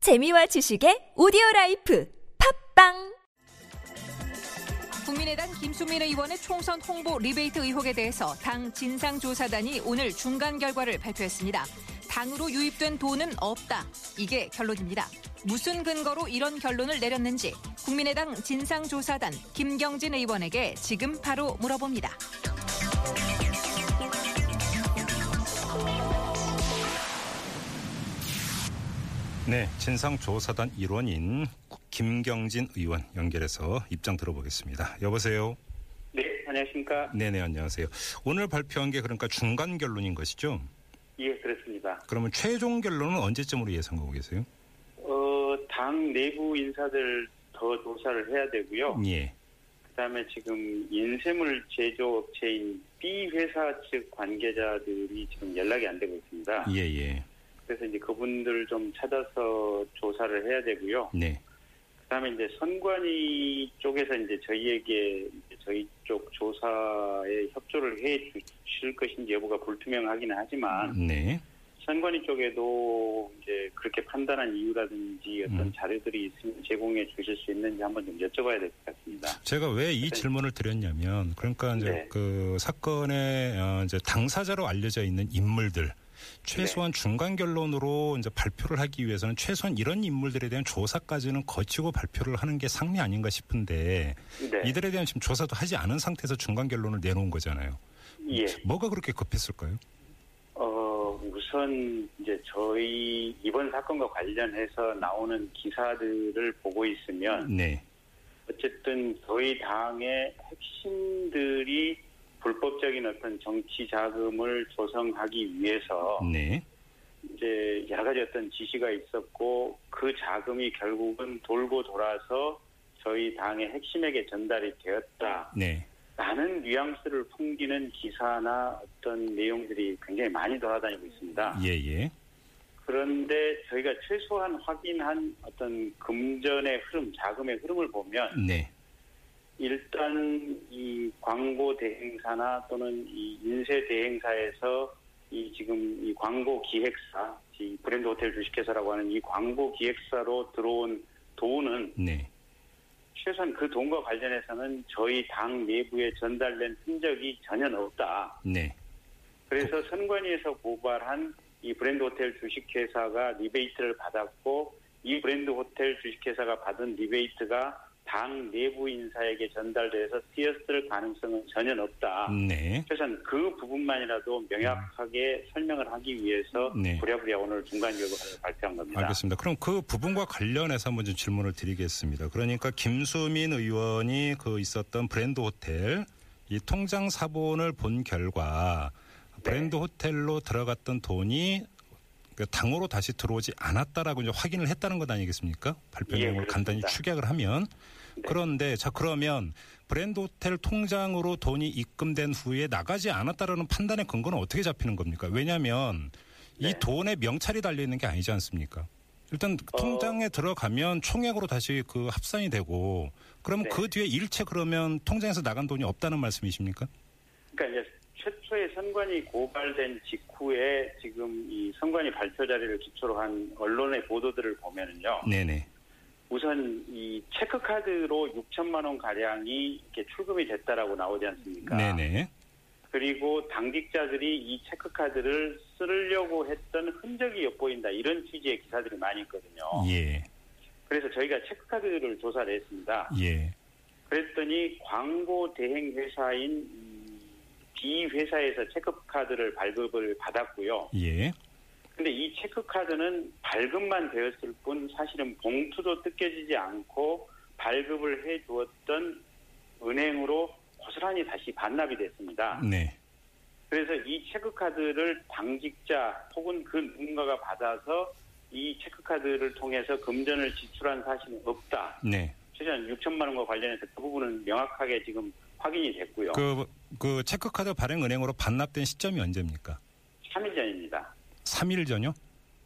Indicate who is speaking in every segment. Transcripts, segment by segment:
Speaker 1: 재미와 지식의 오디오 라이프 팝빵
Speaker 2: 국민의당 김수민 의원의 총선 홍보 리베이트 의혹에 대해서 당 진상조사단이 오늘 중간 결과를 발표했습니다. 당으로 유입된 돈은 없다. 이게 결론입니다. 무슨 근거로 이런 결론을 내렸는지 국민의당 진상조사단 김경진 의원에게 지금 바로 물어봅니다.
Speaker 3: 네, 진상조사단 일원인 김경진 의원 연결해서 입장 들어보겠습니다. 여보세요.
Speaker 4: 네, 안녕하십니까.
Speaker 3: 네네 안녕하세요. 오늘 발표한 게 그러니까 중간 결론인 것이죠.
Speaker 4: 예, 그렇습니다.
Speaker 3: 그러면 최종 결론은 언제쯤으로 예상하고 계세요?
Speaker 4: 어, 당 내부 인사들 더 조사를 해야 되고요.
Speaker 3: 예.
Speaker 4: 그다음에 지금 인쇄물 제조업체인 B 회사 측 관계자들이 지금 연락이 안 되고 있습니다.
Speaker 3: 예, 예.
Speaker 4: 그래서 이제 그분들 좀 찾아서 조사를 해야 되고요.
Speaker 3: 네.
Speaker 4: 그다음에 이제 선관위 쪽에서 이제 저희에게 이제 저희 쪽 조사에 협조를 해 주실 것인지 여부가 불투명하긴 하지만
Speaker 3: 네.
Speaker 4: 선관위 쪽에도 이제 그렇게 판단한 이유라든지 어떤
Speaker 3: 음.
Speaker 4: 자료들이 있으면 제공해 주실 수 있는지 한번 좀 여쭤봐야 될 것 같습니다.
Speaker 3: 제가 왜 이 질문을 드렸냐면 그러니까 이제
Speaker 4: 네.
Speaker 3: 그 사건의 어, 이제 당사자로 알려져 있는 인물들 최소한
Speaker 4: 네.
Speaker 3: 중간 결론으로 이제 발표를 하기 위해서는 최소한 이런 인물들에 대한 조사까지는 거치고 발표를 하는 게 상리 아닌가 싶은데
Speaker 4: 네.
Speaker 3: 이들에 대한 지금 조사도 하지 않은 상태에서 중간 결론을 내놓은 거잖아요.
Speaker 4: 예.
Speaker 3: 뭐가 그렇게 급했을까요?
Speaker 4: 어, 우선 이제 저희 이번 사건과 관련해서 나오는 기사들을 보고 있으면
Speaker 3: 네.
Speaker 4: 어쨌든 저희 당의 핵심들이 불법적인 어떤 정치 자금을 조성하기 위해서
Speaker 3: 네.
Speaker 4: 이제 여러 가지 어떤 지시가 있었고 그 자금이 결국은 돌고 돌아서 저희 당의 핵심에게 전달이 되었다.
Speaker 3: 네.
Speaker 4: 라는 뉘앙스를 풍기는 기사나 어떤 내용들이 굉장히 많이 돌아다니고 있습니다.
Speaker 3: 예, 예.
Speaker 4: 그런데 저희가 최소한 확인한 어떤 금전의 흐름, 자금의 흐름을 보면
Speaker 3: 네.
Speaker 4: 일단 이 광고 대행사나 또는 이 인쇄 대행사에서 이 지금 이 광고 기획사, 이 브랜드 호텔 주식회사라고 하는 이 광고 기획사로 들어온 돈은
Speaker 3: 네.
Speaker 4: 최소한 그 돈과 관련해서는 저희 당 내부에 전달된 흔적이 전혀 없다.
Speaker 3: 네.
Speaker 4: 그래서 선관위에서 고발한 이 브랜드 호텔 주식회사가 리베이트를 받았고 이 브랜드 호텔 주식회사가 받은 리베이트가 당 내부 인사에게 전달돼서 쓰였을 가능성은 전혀 없다.
Speaker 3: 네.
Speaker 4: 최소한 그 부분만이라도 명확하게 설명을 하기 위해서
Speaker 3: 음. 네.
Speaker 4: 부랴부랴 오늘 중간 결과를 발표한 겁니다.
Speaker 3: 알겠습니다. 그럼 그 부분과 관련해서 한번 좀 질문을 드리겠습니다. 그러니까 김수민 의원이 그 있었던 브랜드 호텔 이 통장 사본을 본 결과
Speaker 4: 네.
Speaker 3: 브랜드 호텔로 들어갔던 돈이 그 당으로 다시 들어오지 않았다라고 이제 확인을 했다는 것 아니겠습니까? 발표
Speaker 4: 예,
Speaker 3: 내용을 간단히
Speaker 4: 그렇습니다.
Speaker 3: 축약을 하면
Speaker 4: 네.
Speaker 3: 그런데 자 그러면 브랜드 호텔 통장으로 돈이 입금된 후에 나가지 않았다라는 판단의 근거는 어떻게 잡히는 겁니까? 왜냐하면 이
Speaker 4: 네.
Speaker 3: 돈에 명찰이 달려 있는 게 아니지 않습니까? 일단
Speaker 4: 어.
Speaker 3: 통장에 들어가면 총액으로 다시 그 합산이 되고 그러면
Speaker 4: 네.
Speaker 3: 그 뒤에 일체 그러면 통장에서 나간 돈이 없다는 말씀이십니까?
Speaker 4: 그러니까 이제 최초의 선관위 고발된 직후에 지금 이 선관위 발표 자료를 기초로 한 언론의 보도들을 보면은요.
Speaker 3: 네네.
Speaker 4: 우선 이 체크카드로 6천만 원 가량이 이렇게 출금이 됐다라고 나오지 않습니까?
Speaker 3: 네네.
Speaker 4: 그리고 당직자들이 이 체크카드를 쓰려고 했던 흔적이 엿보인다 이런 취지의 기사들이 많이 있거든요.
Speaker 3: 예.
Speaker 4: 그래서 저희가 체크카드를 조사를 했습니다.
Speaker 3: 예.
Speaker 4: 그랬더니 광고 대행 회사인 이 B 회사에서 체크카드를 발급을 받았고요.
Speaker 3: 예.
Speaker 4: 근데 이 체크카드는 발급만 되었을 뿐 사실은 봉투도 뜯겨지지 않고 발급을 해 주었던 은행으로 고스란히 다시 반납이 됐습니다.
Speaker 3: 네.
Speaker 4: 그래서 이 체크카드를 당직자 혹은 그 누군가가 받아서 이 체크카드를 통해서 금전을 지출한 사실은 없다.
Speaker 3: 네.
Speaker 4: 최소한 6천만 원과 관련해서 그 부분은 명확하게 지금 확인이 됐고요.
Speaker 3: 그, 그 체크카드 발행 은행으로 반납된 시점이 언제입니까?
Speaker 4: 삼 3일 전입니다.
Speaker 3: 삼일 전요?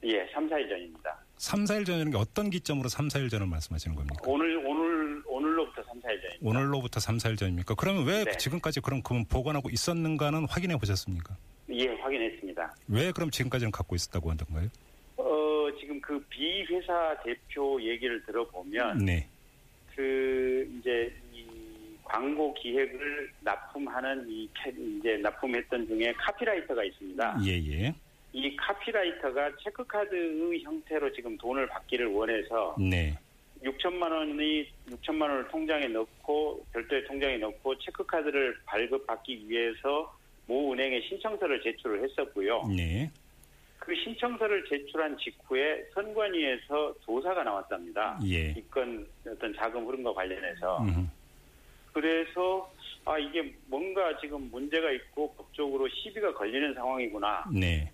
Speaker 4: 예, 3, 4일 전입니다.
Speaker 3: 삼사일 전이라는 게 어떤 기점으로 삼사일 전을 말씀하시는 겁니까?
Speaker 4: 오늘 오늘 오늘로부터 3, 4일 전입니다.
Speaker 3: 오늘로부터 삼사일 전입니까? 그러면 왜
Speaker 4: 네.
Speaker 3: 지금까지 그럼 그건 보관하고 있었는가는 확인해 보셨습니까?
Speaker 4: 예, 확인했습니다.
Speaker 3: 왜 그럼 지금까지는 갖고 있었다고 하던가요?
Speaker 4: 어, 지금 그 B 회사 회사 대표 얘기를 들어보면
Speaker 3: 네.
Speaker 4: 그 이제 이 광고 기획을 납품하는 이 캐- 이제 납품했던 중에 카피라이터가 있습니다.
Speaker 3: 예, 예.
Speaker 4: 이 카피라이터가 체크카드의 형태로 지금 돈을 받기를 원해서
Speaker 3: 네.
Speaker 4: 6천만 원이 6천만 원을 통장에 넣고 별도의 통장에 넣고 체크카드를 발급받기 위해서 모 은행에 신청서를 제출을 했었고요.
Speaker 3: 네.
Speaker 4: 그 신청서를 제출한 직후에 선관위에서 조사가 나왔답니다.
Speaker 3: 예.
Speaker 4: 이건 어떤 자금 흐름과 관련해서
Speaker 3: 음.
Speaker 4: 그래서 아 이게 뭔가 지금 문제가 있고 법적으로 시비가 걸리는 상황이구나.
Speaker 3: 네.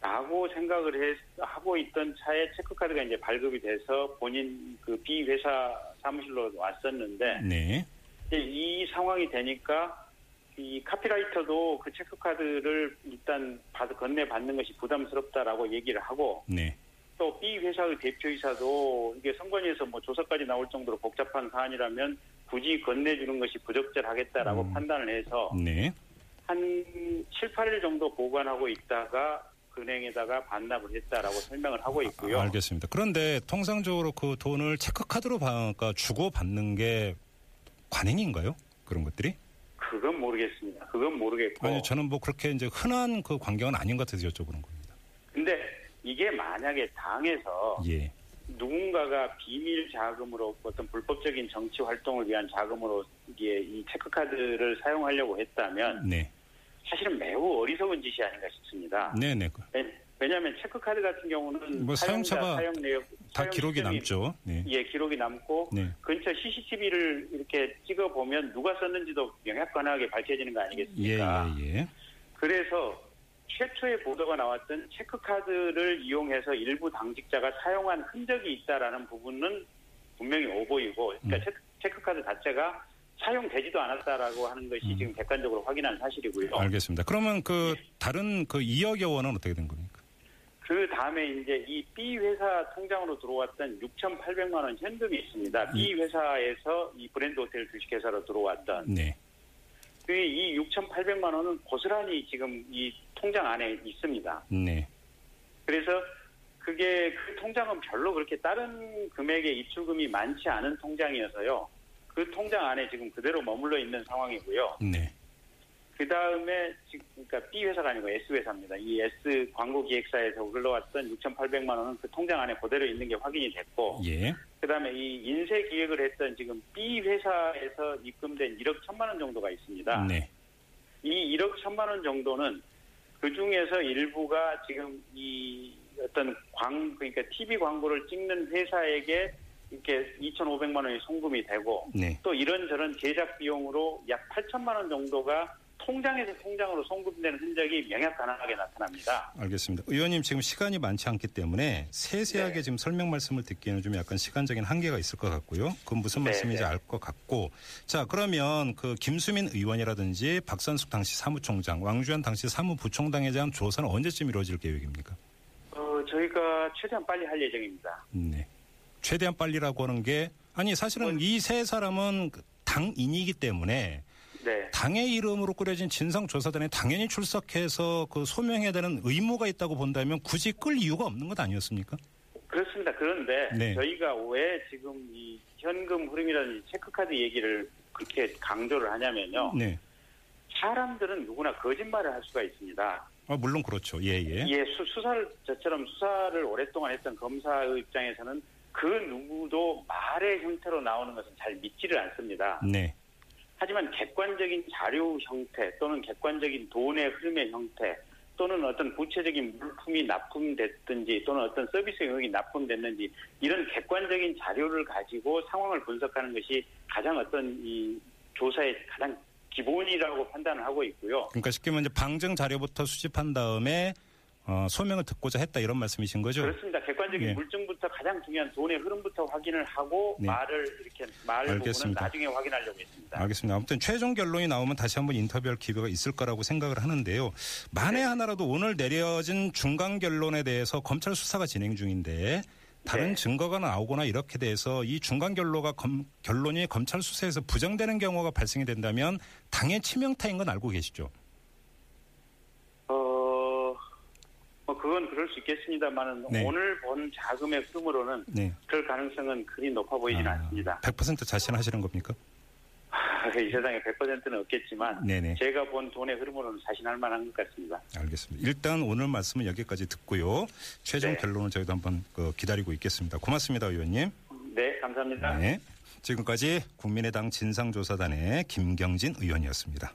Speaker 4: 라고 생각을 해, 하고 있던 차에 체크카드가 이제 발급이 돼서 본인 그 B 회사 사무실로 왔었는데
Speaker 3: 네.
Speaker 4: 이제 이 상황이 되니까 이 카피라이터도 그 체크카드를 일단 받, 건네 받는 것이 부담스럽다라고 얘기를 하고
Speaker 3: 네.
Speaker 4: 또 B 회사의 대표이사도 이게 선관위에서 뭐 조사까지 나올 정도로 복잡한 사안이라면 굳이 건네주는 것이 부적절하겠다라고
Speaker 3: 음.
Speaker 4: 판단을 해서
Speaker 3: 네.
Speaker 4: 한 7, 8일 정도 보관하고 있다가 은행에다가 반납을 했다라고 설명을 하고 있고요.
Speaker 3: 아, 알겠습니다. 그런데 통상적으로 그 돈을 체크카드로 받까 주고 받는 게 관행인가요? 그런 것들이?
Speaker 4: 그건 모르겠습니다. 그건 모르겠고.
Speaker 3: 아니 저는 뭐 그렇게 이제 흔한 그 광경은 아닌 것 같아서 여쭤보는 겁니다.
Speaker 4: 근데 이게 만약에 당에서
Speaker 3: 예.
Speaker 4: 누군가가 비밀 자금으로 어떤 불법적인 정치 활동을 위한 자금으로 이게 이 체크카드를 사용하려고 했다면
Speaker 3: 네.
Speaker 4: 사실은 매우 어리석은 짓이 아닌가 싶습니다.
Speaker 3: 네, 네.
Speaker 4: 왜- 왜냐하면 체크카드 같은 경우는
Speaker 3: 뭐
Speaker 4: 사용자
Speaker 3: 사용차가
Speaker 4: 사용 내역
Speaker 3: 다
Speaker 4: 사용
Speaker 3: 기록이
Speaker 4: 시스템이-
Speaker 3: 남죠. 네.
Speaker 4: 예, 기록이 남고
Speaker 3: 네.
Speaker 4: 근처 CCTV를 이렇게 찍어 보면 누가 썼는지도 명확하게 밝혀지는 거
Speaker 3: 예,
Speaker 4: 아니겠습니까?
Speaker 3: 예, 예.
Speaker 4: 그래서 최초의 보도가 나왔던 체크카드를 이용해서 일부 당직자가 사용한 흔적이 있다라는 부분은 분명히 오보이고, 그러니까
Speaker 3: 음.
Speaker 4: 체크, 체크카드 자체가 사용되지도 않았다라고 하는 것이
Speaker 3: 음.
Speaker 4: 지금 객관적으로 확인한 사실이고요.
Speaker 3: 알겠습니다. 그러면 그
Speaker 4: 예.
Speaker 3: 다른 그 2억여 원은 어떻게 된 겁니까?
Speaker 4: 그 다음에 이제 이 B 회사 통장으로 들어왔던 6,800만 원 현금이 있습니다. B 회사에서 이 브랜드 호텔 주식회사로 들어왔던
Speaker 3: 네.
Speaker 4: 그 이 6,800만 원은 고스란히 지금 이 통장 안에 있습니다.
Speaker 3: 네.
Speaker 4: 그래서 그게 그 통장은 별로 그렇게 다른 금액의 입출금이 많지 않은 통장이어서요. 그 통장 안에 지금 그대로 머물러 있는 상황이고요.
Speaker 3: 네.
Speaker 4: 그 다음에 그러니까 B 회사가 아니고 S 회사입니다. 이 S 광고 기획사에서 흘러왔던 6,800만 원은 그 통장 안에 그대로 있는 게 확인이 됐고,
Speaker 3: 예.
Speaker 4: 그 다음에 이 인쇄 기획을 했던 지금 B 회사에서 입금된 1억 1천만 원 정도가 있습니다.
Speaker 3: 네.
Speaker 4: 이 1억 1천만 원 정도는 그 중에서 일부가 지금 이 어떤 광 그러니까 TV 광고를 찍는 회사에게 이렇게 2,500만 원이 송금이 되고
Speaker 3: 네.
Speaker 4: 또 이런저런 제작 비용으로 약 8천만 원 정도가 통장에서 통장으로 송금되는 흔적이 명약 가능하게 나타납니다.
Speaker 3: 알겠습니다. 의원님 지금 시간이 많지 않기 때문에 세세하게
Speaker 4: 네.
Speaker 3: 지금 설명 말씀을 듣기에는 좀 약간 시간적인 한계가 있을 것 같고요. 그건 무슨
Speaker 4: 네,
Speaker 3: 말씀인지
Speaker 4: 네.
Speaker 3: 알 것 같고. 자, 그러면 그 김수민 의원이라든지 박선숙 당시 사무총장, 왕주현 당시 사무부총장회장 조사는 언제쯤 이루어질 계획입니까?
Speaker 4: 어, 저희가 최대한 빨리 할 예정입니다.
Speaker 3: 네. 최대한 빨리라고 하는 게 아니 사실은 이 세 사람은 그 당인이기 때문에
Speaker 4: 네.
Speaker 3: 당의 이름으로 꾸려진 진상조사단에 당연히 출석해서 그 소명해야 되는 의무가 있다고 본다면 굳이 끌 이유가 없는 것 아니었습니까?
Speaker 4: 그렇습니다. 그런데
Speaker 3: 네.
Speaker 4: 저희가 왜 지금 이 현금 흐름이라든지 체크카드 얘기를 그렇게 강조를 하냐면요.
Speaker 3: 네.
Speaker 4: 사람들은 누구나 거짓말을 할 수가 있습니다.
Speaker 3: 아, 물론 그렇죠. 예, 예.
Speaker 4: 예, 수, 수사를 저처럼 수사를 오랫동안 했던 검사의 입장에서는 그 누구도 말의 형태로 나오는 것은 잘 믿지를 않습니다.
Speaker 3: 네.
Speaker 4: 하지만 객관적인 자료 형태 또는 객관적인 돈의 흐름의 형태 또는 어떤 구체적인 물품이 납품됐든지 또는 어떤 서비스 영역이 납품됐는지 이런 객관적인 자료를 가지고 상황을 분석하는 것이 가장 어떤 이 조사의 가장 기본이라고 판단을 하고 있고요.
Speaker 3: 그러니까 쉽게 말해 이제 방증 자료부터 수집한 다음에 어, 소명을 듣고자 했다 이런 말씀이신 거죠?
Speaker 4: 그렇습니다. 객관적인
Speaker 3: 예.
Speaker 4: 물증부터 가장 중요한 돈의 흐름부터 확인을 하고
Speaker 3: 네.
Speaker 4: 말을 이렇게 말 부분은
Speaker 3: 알겠습니다.
Speaker 4: 나중에 확인하려고 했습니다.
Speaker 3: 네. 알겠습니다. 아무튼 최종 결론이 나오면 다시 한번 인터뷰할 기회가 있을 거라고 생각을 하는데요. 만에
Speaker 4: 네.
Speaker 3: 하나라도 오늘 내려진 중간 결론에 대해서 검찰 수사가 진행 중인데 다른
Speaker 4: 네.
Speaker 3: 증거가 나오거나 이렇게 돼서 이 중간 결론과 검- 결론이 검찰 수사에서 부정되는 경우가 발생이 된다면 당의 치명타인 건 알고 계시죠?
Speaker 4: 어, 뭐 그건 그럴 수 있겠습니다만은
Speaker 3: 네.
Speaker 4: 오늘 본 자금의 흐름으로는
Speaker 3: 네.
Speaker 4: 그럴 가능성은 그리 높아 보이지는 않습니다.
Speaker 3: 100% 자신하시는 겁니까?
Speaker 4: 이 세상에 100%는 없겠지만
Speaker 3: 네네.
Speaker 4: 제가 본 돈의 흐름으로는 자신할 만한 것 같습니다.
Speaker 3: 알겠습니다. 일단 오늘 말씀은 여기까지 듣고요. 최종
Speaker 4: 네.
Speaker 3: 결론을 저희도 한번 그, 기다리고 있겠습니다. 고맙습니다, 의원님.
Speaker 4: 네, 감사합니다.
Speaker 3: 네. 지금까지 국민의당 진상조사단의 김경진 의원이었습니다.